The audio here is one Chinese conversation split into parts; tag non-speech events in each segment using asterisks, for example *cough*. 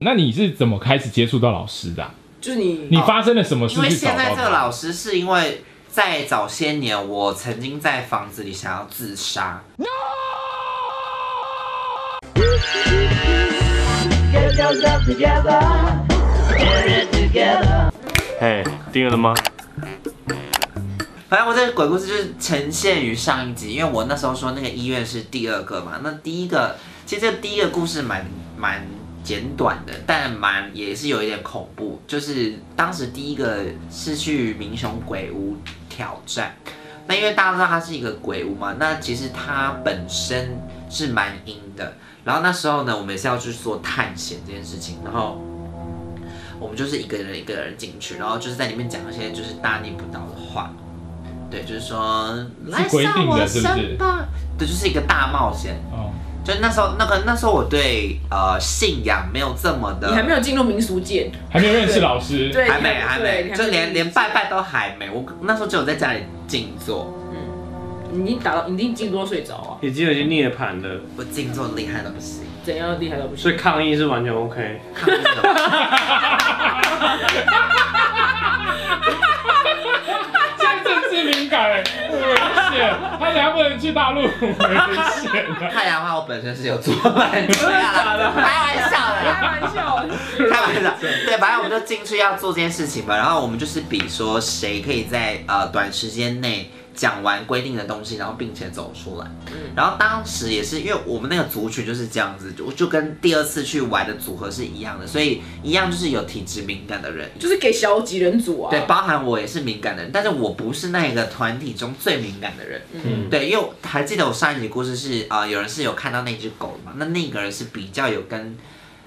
那你是怎么开始接触到老师的啊、就你你发生了什么事哦因为去找现在到这他？个老师是因为在早些年，我曾经在房子里想要自杀。 Get yourself together. Get it together. 嘿，订阅了吗？反正我这个鬼故事就是呈现于上一集，因为我那时候说那个医院是第二个嘛，那第一个其实这个第一个故事蛮蛮简短的，但蛮也是有一点恐怖，就是当时第一个是去民雄鬼屋挑战，那因为大家都知道它是一个鬼屋嘛，那其实它本身是蛮阴的，然后那时候呢，我们也是要去做探险这件事情，然后。我们就是一个人一个人进去，然后就是在里面讲一些就是大逆不道的话，对，就是说来规上定的我是不是身吧，对，就是一个大冒险。哦，就那时候那个那时候我对呃信仰没有这么的，你还没有进入民俗界，还没有认识老师，对，还没你还对没，你就连进入连拜拜都还没，我那时候只有在家里静坐，你已经打到，你已经进多睡着啊，已经有些涅槃了，我静坐厉害到不行，怎样厉害都不所以行。抗议是完全 OK。看不懂这样政治敏感哎、很危险，他等下不能去大陆，很危险啊！太阳花我本身是有做半天的，开玩笑的啦。开玩笑，开玩笑，对，反正我们就进去要做这件事情嘛，然后我们就是比说谁可以在呃短时间内讲完规定的东西，然后并且走出来。然后当时也是因为我们那个族群就是这样子，就就跟第二次去玩的组合是一样的，所以一样就是有体质敏感的人。就是给小几人组啊，对，包含我也是敏感的人，但是我不是那个团体中最敏感的人。嗯对，因为我还记得我上一集故事是啊、呃有人是有看到那只狗的嘛，那那个人是比较有跟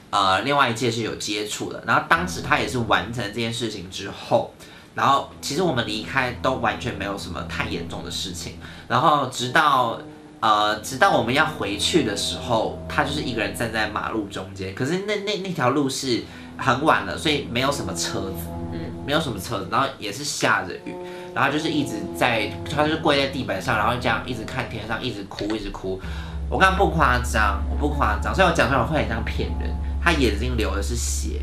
呃另外一届是有接触的，然后当时他也是完成这件事情之后，然后其实我们离开都完全没有什么太严重的事情，然后直到。呃，直到我们要回去的时候，他就是一个人站在马路中间。可是那那那条路是很晚了，所以没有什么车子，嗯没有什么车子，然后也是下着雨，然后就是一直在，他就是跪在地板上，然后这样一直看天上，一直哭，一直哭。我刚刚不夸张，我不夸张，虽然我讲出来会很像骗人，他眼睛流的是血，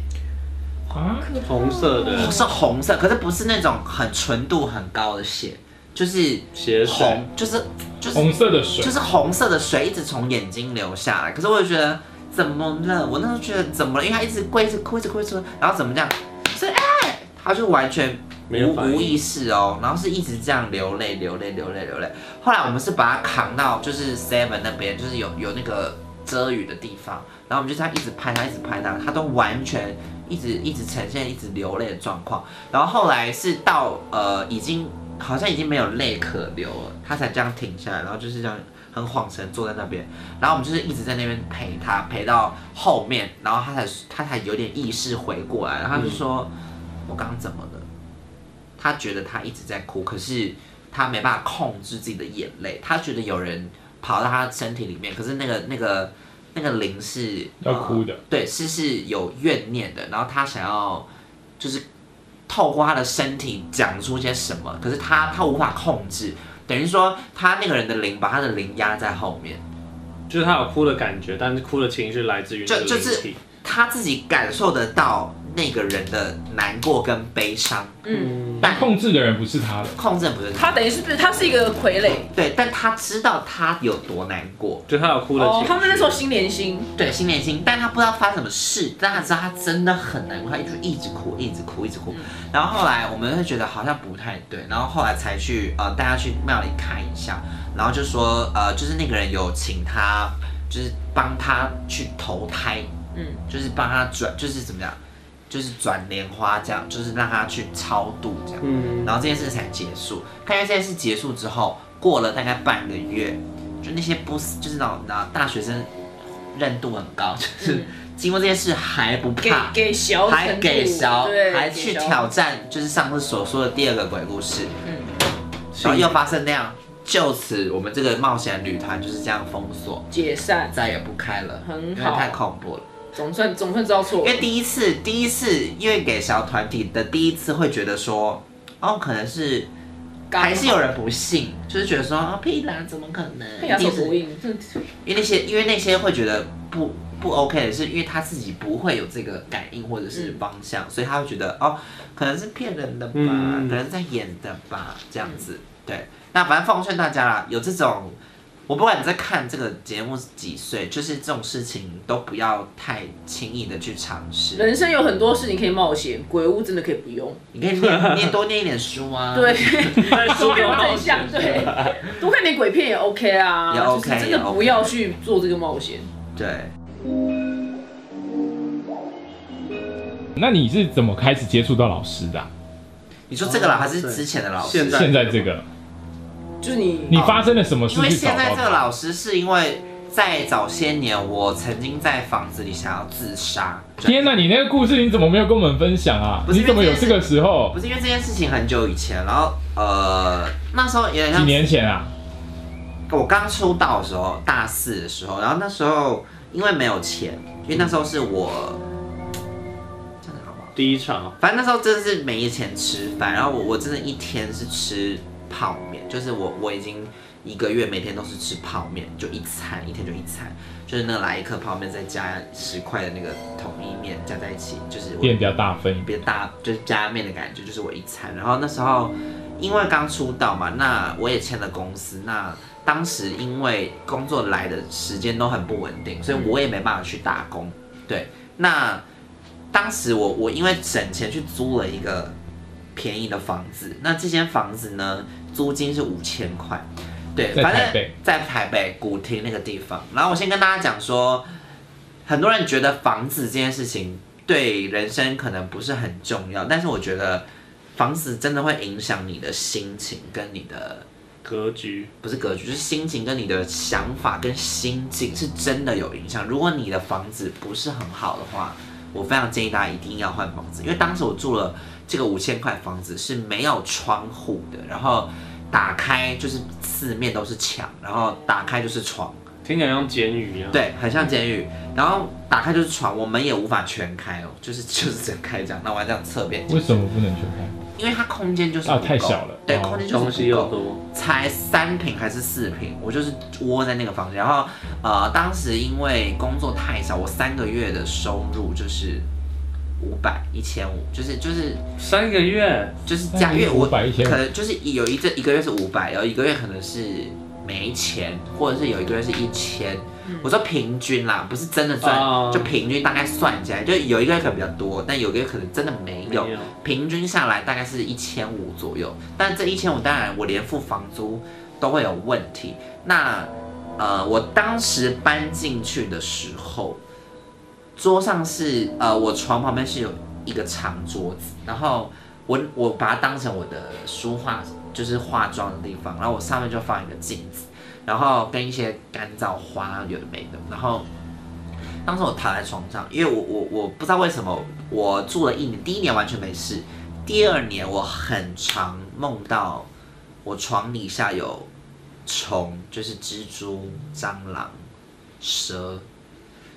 啊，红色的是红色，可是不是那种很纯度很高的血，就是血水红，就是就是红色的水就，是红色的水一直从眼睛流下来。可是我就觉得怎么了？我那时候觉得怎么了？因为他一直跪，一直哭，一直哭，一直哭，然后怎么这样？所以哎，他就完全没有无反应无意识哦，然后是一直这样流泪，流泪，流泪，流泪。后来我们是把他扛到就是 Seven 那边，就是有有那个遮雨的地方，然后我们就这样一直拍他，一直拍他，他都完全一直一直呈现一直流泪的状况。然后后来是到呃已经好像已经没有泪可流了，他才这样停下来，然后就是这样很恍神坐在那边。然后我们就是一直在那边陪他，陪到后面，然后他才他才有点意识回过来，然后他就说：“我刚刚怎么了？”他觉得他一直在哭，可是他没办法控制自己的眼泪，他觉得有人跑到他身体里面，可是那个那个那个灵是要哭的呃对，是是有怨念的，然后他想要就是透过他的身体讲出些什么，可是他他无法控制，等于说他那个人的灵把他的灵压在后面。就是他有哭的感觉，但是哭的情绪来自于那个就就灵是体。他自己感受得到那个人的难过跟悲伤，嗯，但控制的人不是他的，控制不是他，他等于是不是他是一个傀儡？对，但他知道他有多难过，就他有哭的哦情绪。，他们那时候心连心，对，心连心，但他不知道发生什么事，但他知道他真的很难过，他就一直哭，一直哭，一直哭。然后后来我们会觉得好像不太对，然后后来才去呃带他去庙里看一下，然后就说呃就是那个人有请他，就是帮他去投胎，嗯，就是帮他转，就是怎么样，就是转莲花这样，就是让他去超度这样。嗯，然后这件事才结束。看见这件事结束之后，过了大概半个月，就那些不死就是那种那大学生认度很高，就是、经过这件事还不嗯给怕，给小程度，还给小，对，还给去小挑战，就是上次所说的第二个鬼故事，嗯，然后又发生那样。就此，我们这个冒险旅团就是这样封锁，解散，再也不开了，很因为好太恐怖了。总算总算知道错因了为。第一次，第一次，因为给小团体的第一次会觉得说，哦，可能是刚好还是有人不信，就是觉得哦说啊屁啦，怎么可能？配合手一定是不应，真的因为那些因为那些会觉得不不 OK 的是，因为他自己不会有这个感应或者是方向，所以他会觉得哦，可能是骗人的吧，嗯可能在演的吧，这样子。对，那反正奉劝大家啦，有这种。我不管你在看这个节目是几岁，就是这种事情都不要太轻易的去尝试。人生有很多事情可以冒险，鬼屋真的可以不用。你可以念念多念一点书啊，对，在书不中用冒正险向，，对，多看点鬼片也 OK 啊，也 OK，就是真也的 OK 不要去做这个冒险。对，那你是怎么开始接触到老师的啊、你说这个老哦还是对之前的老师？现在现在这个，就是你你发生了什么事哦因为去找现在到这个他？老师是因为在早些年，我曾经在房子里想要自杀。天哪，你那个故事你怎么没有跟我们分享啊？不是你怎么有这个时候不？是因为这件事情很久以前，然后呃那时候也几很像年前啊？我刚出道的时候，大四的时候，然后那时候因为没有钱，因为那时候是我这样好不好？第一场反正那时候真的是没钱吃饭，然后我我真的一天是吃泡面，就是我我已经一个月每天都是吃泡面，就一餐一天就一餐，就是那来一颗泡面再加十块的那个统一面加在一起，就是我变比较大分一点。别大就是加面的感觉，就是我一餐。然后那时候因为刚出道嘛，那我也签了公司，那当时因为工作来的时间都很不稳定，所以我也没办法去打工。对，那当时我我因为省钱去租了一个便宜的房子，那这间房子呢，租金是五千块。对，在反正台北在台北古亭那个地方。然后我先跟大家讲说，很多人觉得房子这件事情对人生可能不是很重要，但是我觉得房子真的会影响你的心情跟你的格局，不是格局，就是心情跟你的想法跟心境是真的有影响。如果你的房子不是很好的话，我非常建议大家一定要换房子，因为当时我住了这个五千块房子是没有窗户的，然后打开就是四面都是墙，然后打开就是床，听起来像监狱一样。，对，很像监狱。然后打开就是床，我门也无法全开哦，就是就是整开这样。那我还这样侧边，为什么不能全开？因因为它空间就是啊不够太小了对，哦空间就是不够东西又多，才三平还是四平，我就是窝在那个房间。然后呃，当时因为工作太少，我三个月的收入就是五百一千五，就是就是三个月，就是加月我500 1500可能就是有一这一个月是五百，然后一个月可能是没钱，或者是有一个月是一千。我说平均啦，不是真的赚哦就平均大概算起来，就有一个月可能比较多，但有一个月可能真的没有。没有平均下来大概是一千五左右，但这一千五当然我连付房租都会有问题。那呃，我当时搬进去的时候，桌上是呃，我床旁边是有一个长桌子，然后我我把它当成我的书画，就是化妆的地方，然后我上面就放一个镜子，然后跟一些干燥花有的没的，然后当时我躺在床上，因为我我我不知道为什么我住了一年，第一年完全没事，第二年我很常梦到我床底下有虫，就是蜘蛛、蟑螂、蛇，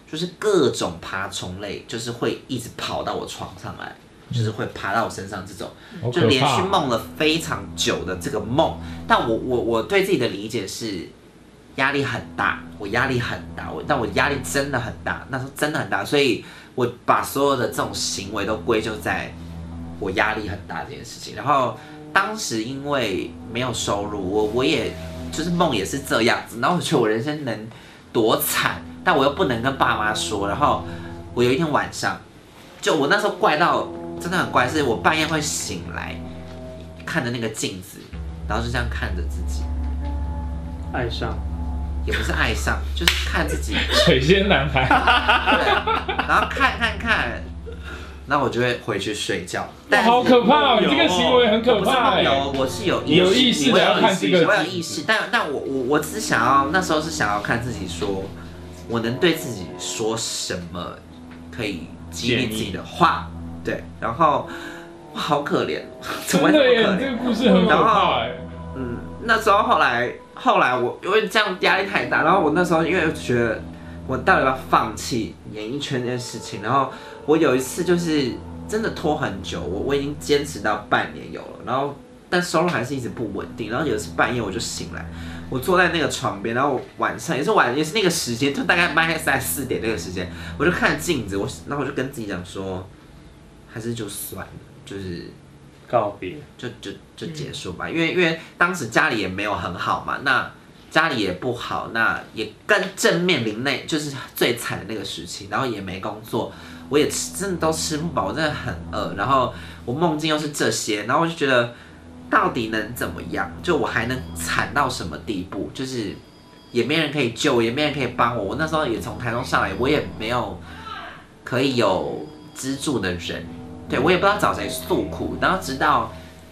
就是各种爬虫类，就是会一直跑到我床上来，就是会爬到我身上这种。好就可连续怕！啊梦了非常久的这个梦。但我我我对自己的理解是，压力很大，我压力很大，我但我压力真的很大，那时候真的很大，所以我把所有的这种行为都归咎在我压力很大这件事情。然后当时因为没有收入，我我也就是梦也是这样子，然后我觉得我人生能多惨，但我又不能跟爸妈说。然后我有一天晚上，就我那时候怪到真的很怪，是我半夜会醒来，看着那个镜子，然后就这样看着自己，爱上，也不是爱上，就是 *laughs* 看自己，水仙男孩，然后看看看，然后我就会回去睡觉。但是好可怕哦！你这个有行为很可我不是怕梦哎。游，我是有你有意识的要看这你个我有意识，但但我我我只是想要那时候是想要看自己说，我能对自己说什么可以激励自己的话，对，然后哇好可怜，怎么真会的这耶，么你可这怜？个故事很可怕哎。嗯，那时候后来后来我因为这样压力太大，然后我那时候因为觉得我到底要不要放弃演艺圈这件事情，然后我有一次就是真的拖很久，我我已经坚持到半年有了，然后但收入还是一直不稳定，然后有一次半夜我就醒来，我坐在那个床边，然后晚上也是晚，也是那个时间，就大概半夜三四点那个时间，我就看镜子，我然后我就跟自己讲说，还是就算了，就是告别，就就就结束吧，因为因为当时家里也没有很好嘛，那家里也不好，那也更正面临那就是最惨的那个时期，然后也没工作，我也吃真的都吃不饱，我真的很饿，然后我梦境又是这些，然后我就觉得到底能怎么样？就我还能惨到什么地步？就是也没人可以救，也没人可以帮我，我那时候也从台中上来，我也没有可以有资助的人，对我也不知道找谁诉苦，然后直到。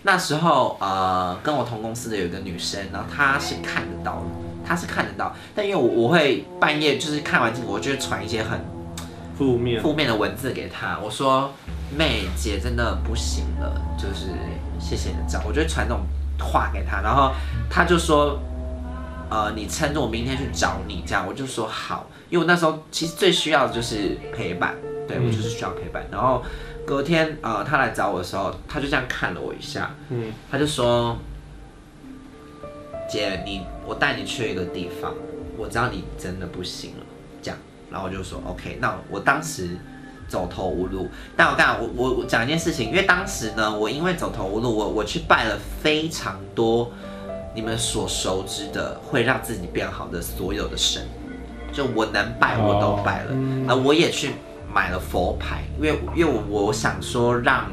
那时候呃，跟我同公司的有一个女生，然后她是看得到的，她是看得到，但因为我我会半夜就是看完这个，我就会传一些很负面负面的文字给她，我说妹姐真的不行了，就是谢谢你的照顾，我就会传这种话给她，然后她就说。呃，你撑着我明天去找你，这样我就说好，因为我那时候其实最需要的就是陪伴，对我就是需要陪伴。然后隔天呃，她来找我的时候，她就这样看了我一下，嗯，他就说：“姐，你我带你去一个地方，我知道你真的不行了。”这样，然后我就说：“OK。”那我当时走投无路，但我干我我我讲一件事情，因为当时呢，我因为走投无路，我我去拜了非常多你们所熟知的会让自己变好的所有的神，就我能拜我都拜了，哦嗯啊、我也去买了佛牌，因为因为我我想说让。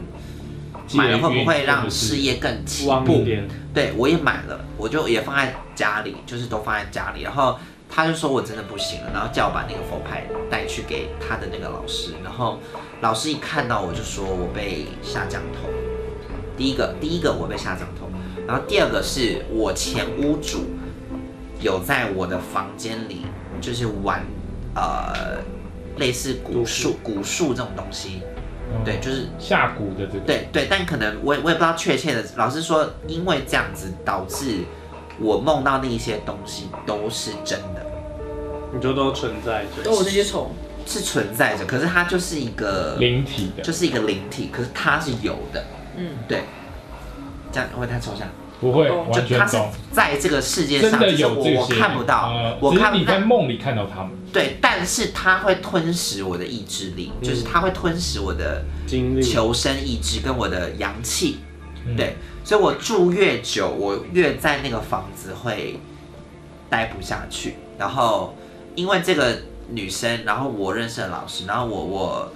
买了会不会让事业更起旺步一？点，对我也买了，我就也放在家里，就是都放在家里。然后他就说我真的不行了，然后叫我把那个佛牌带去给他的那个老师。然后老师一看到我就说我被下降头，第一个第一个我被下降头，然后第二个是我前屋主有在我的房间里就是玩呃类似蛊术蛊术这种东西，对，就是下蛊的这个，对对，但可能我也我也不知道确切的。老师说，因为这样子导致我梦到那一些东西都是真的，你就都存在都着。有这些虫，是存在着。可是它就是一个，灵体啊的，就是一个灵体，可是它是有的。嗯，对，这样会不会太抽象？不会懂完就全它是懂，在这个世界真上，的就是有我这我些，看不到呃，我只是看你不在。到梦里看到他们，对，但是它会吞食我的意志力，嗯就是它会吞食我的经历求生意志跟我的阳气。嗯对，所以我住越久，我越在那个房子会待不下去。然后因为这个女生，然后我认识了老师，然后我我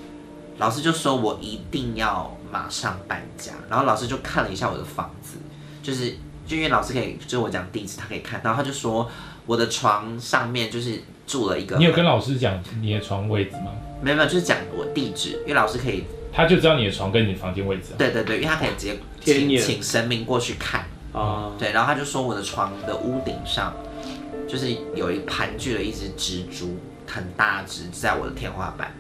老师就说我一定要马上搬家。然后老师就看了一下我的房子，就是就因为老师可以，就是我讲地址，他可以看到，他就说我的床上面就是住了一个，你有跟老师讲你的床位置吗？没有没有，就是讲我地址，因为老师可以，他就知道你的床跟你房间位置啊。对对对，因为他可以直接天请眼请神明过去看。啊，对，然后他就说我的床的屋顶上，就是有一盘踞了一只蜘蛛，很大只，在我的天花板，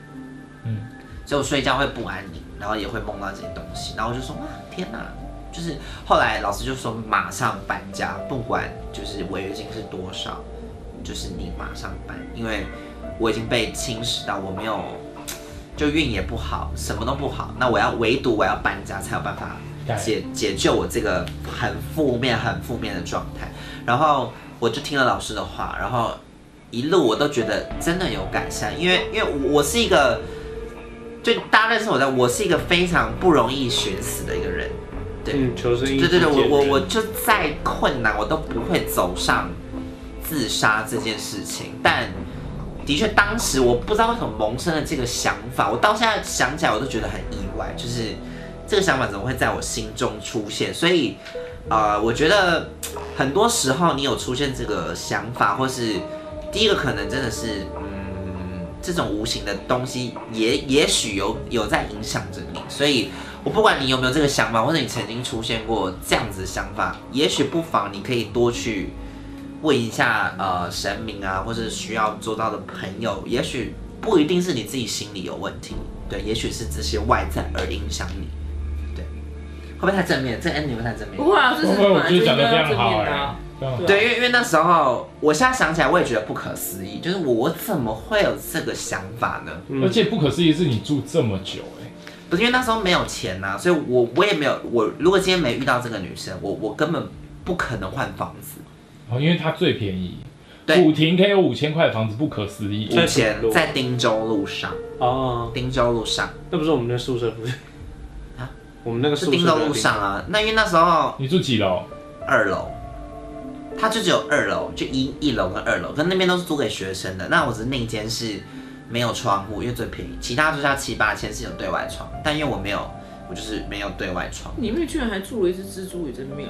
嗯，所以我睡觉会不安宁，然后也会梦到这些东西，然后我就说哇天哪，就是后来老师就说马上搬家，不管就是违约金是多少，就是你马上搬，因为我已经被侵蚀到，我没有。就运也不好，什么都不好。那我要唯独我要搬家才有办法改解解救我这个很负面、很负面的状态。然后我就听了老师的话，然后一路我都觉得真的有改善，因为因为我我是一个，就大家认识我的，我是一个非常不容易寻死的一个人。对，嗯，求生意对对志对，坚我韧。我我就再困难，我都不会走上自杀这件事情。但的确，当时我不知道为什么萌生了这个想法，我到现在想起来我都觉得很意外，就是这个想法怎么会在我心中出现？所以，呃，我觉得很多时候你有出现这个想法，或是第一个可能真的是，嗯，这种无形的东西也也许有有在影响着你，所以我不管你有没有这个想法，或者你曾经出现过这样子的想法，也许不妨你可以多去问一下呃神明啊，或是需要做到的朋友，也许不一定是你自己心里有问题，对，也许是这些外在而影响你，对，会不会太正面？这 Andy 会不会太正面不？会啊，这不是哦会，我本觉来就得应讲的非该要常正好面的哎啊，，非常好对啊对，因为因为那时候，我现在想起来，我也觉得不可思议，就是我我怎么会有这个想法呢？嗯而且不可思议是你住这么久哎，不是因为那时候没有钱呐、所以我我也没有我如果今天没遇到这个女生，我我根本不可能换房子，哦，因为它最便宜，对古亭可以有五千块的房子，不可思议。以在什么前路在汀州路上，哦，汀州路上那不是我们那宿舍附近啊我们那个是宿舍汀州的路地上啊。那因为那时候你住几楼？二楼，它就只有二楼，就一一楼跟二楼，跟那边都是租给学生的。那我只是那一间是没有窗户，因为最便宜，其他就是要七八千是有对外窗，但因为我没有，我就是没有对外欸窗，里面居然还住了一只蜘蛛，也真妙。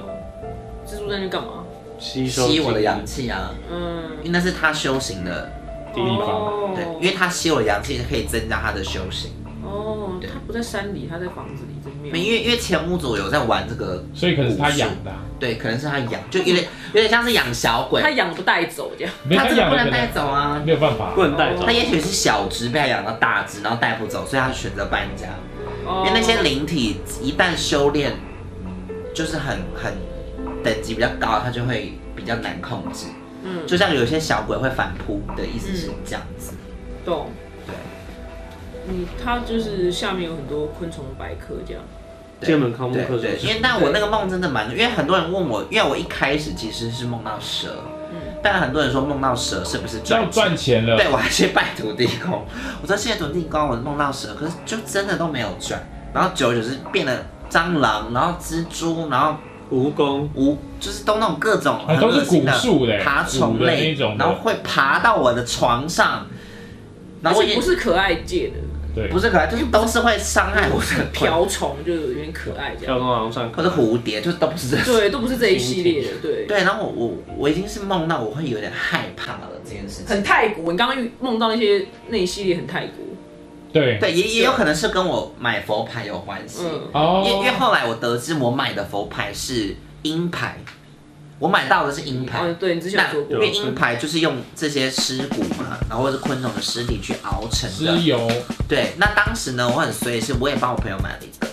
蜘蛛在那干嘛？吸收吸我的精阳气啊，嗯，因为那是他修行的，地方哦对，因为他吸我阳气可以增加他的修行。哦，对它不在山里，它在房子里，真妙。没，因为因为前屋主有在玩这个，所以可能是他养的啊、对，可能是他养，就有点有点像是养小鬼，它养不带走这样。没他他真的养不的能可带能走啊，没有办法不。能带哦走他。也许是小只被他养到大只，然后带不走，所以他选择搬家。因因为那哦些灵体一旦修炼，就是很很等级比较高，他就会比较难控制。嗯就像有些小鬼会反扑的意思是这样子。懂。对，你它就是下面有很多昆虫百科这样。对剑门康木对克对，因为是但我那个梦真的蛮，因为很多人问我，因为我一开始其实是梦到蛇，嗯但很多人说梦到蛇是不是要赚钱？赚钱了，对，我还去拜土地公，我说谢谢土地公，我梦到蛇，可是就真的都没有转，然后久而久之变得蟑螂，然后蜘蛛，然后蜈蚣，无就是都那种各种啊很都是恶心的古树嘞爬虫古的那类一种的然后会爬到我的床上，而然后我已且经不是可爱界的对不是可爱，就是都是会伤害我的瓢虫，就有点可爱这跳样。到往上或看者蝴蝶，就是都不是这种。对，都不是这一系列的，对。对，然后我我我已经是梦到我会有点害怕了这件事情。很泰国，你刚刚遇梦到那些那一系列很泰国。对对，也也有可能是跟我买佛牌有关系，嗯，哦因因为后来我得知我买的佛牌是鹰牌，我买到的是鹰牌。哦，对你之前有那说因过为，鹰牌就是用这些尸骨嘛，然后或者是昆虫的尸体去熬成的石油对，那当时呢，我很衰，是我也帮我朋友买了一个，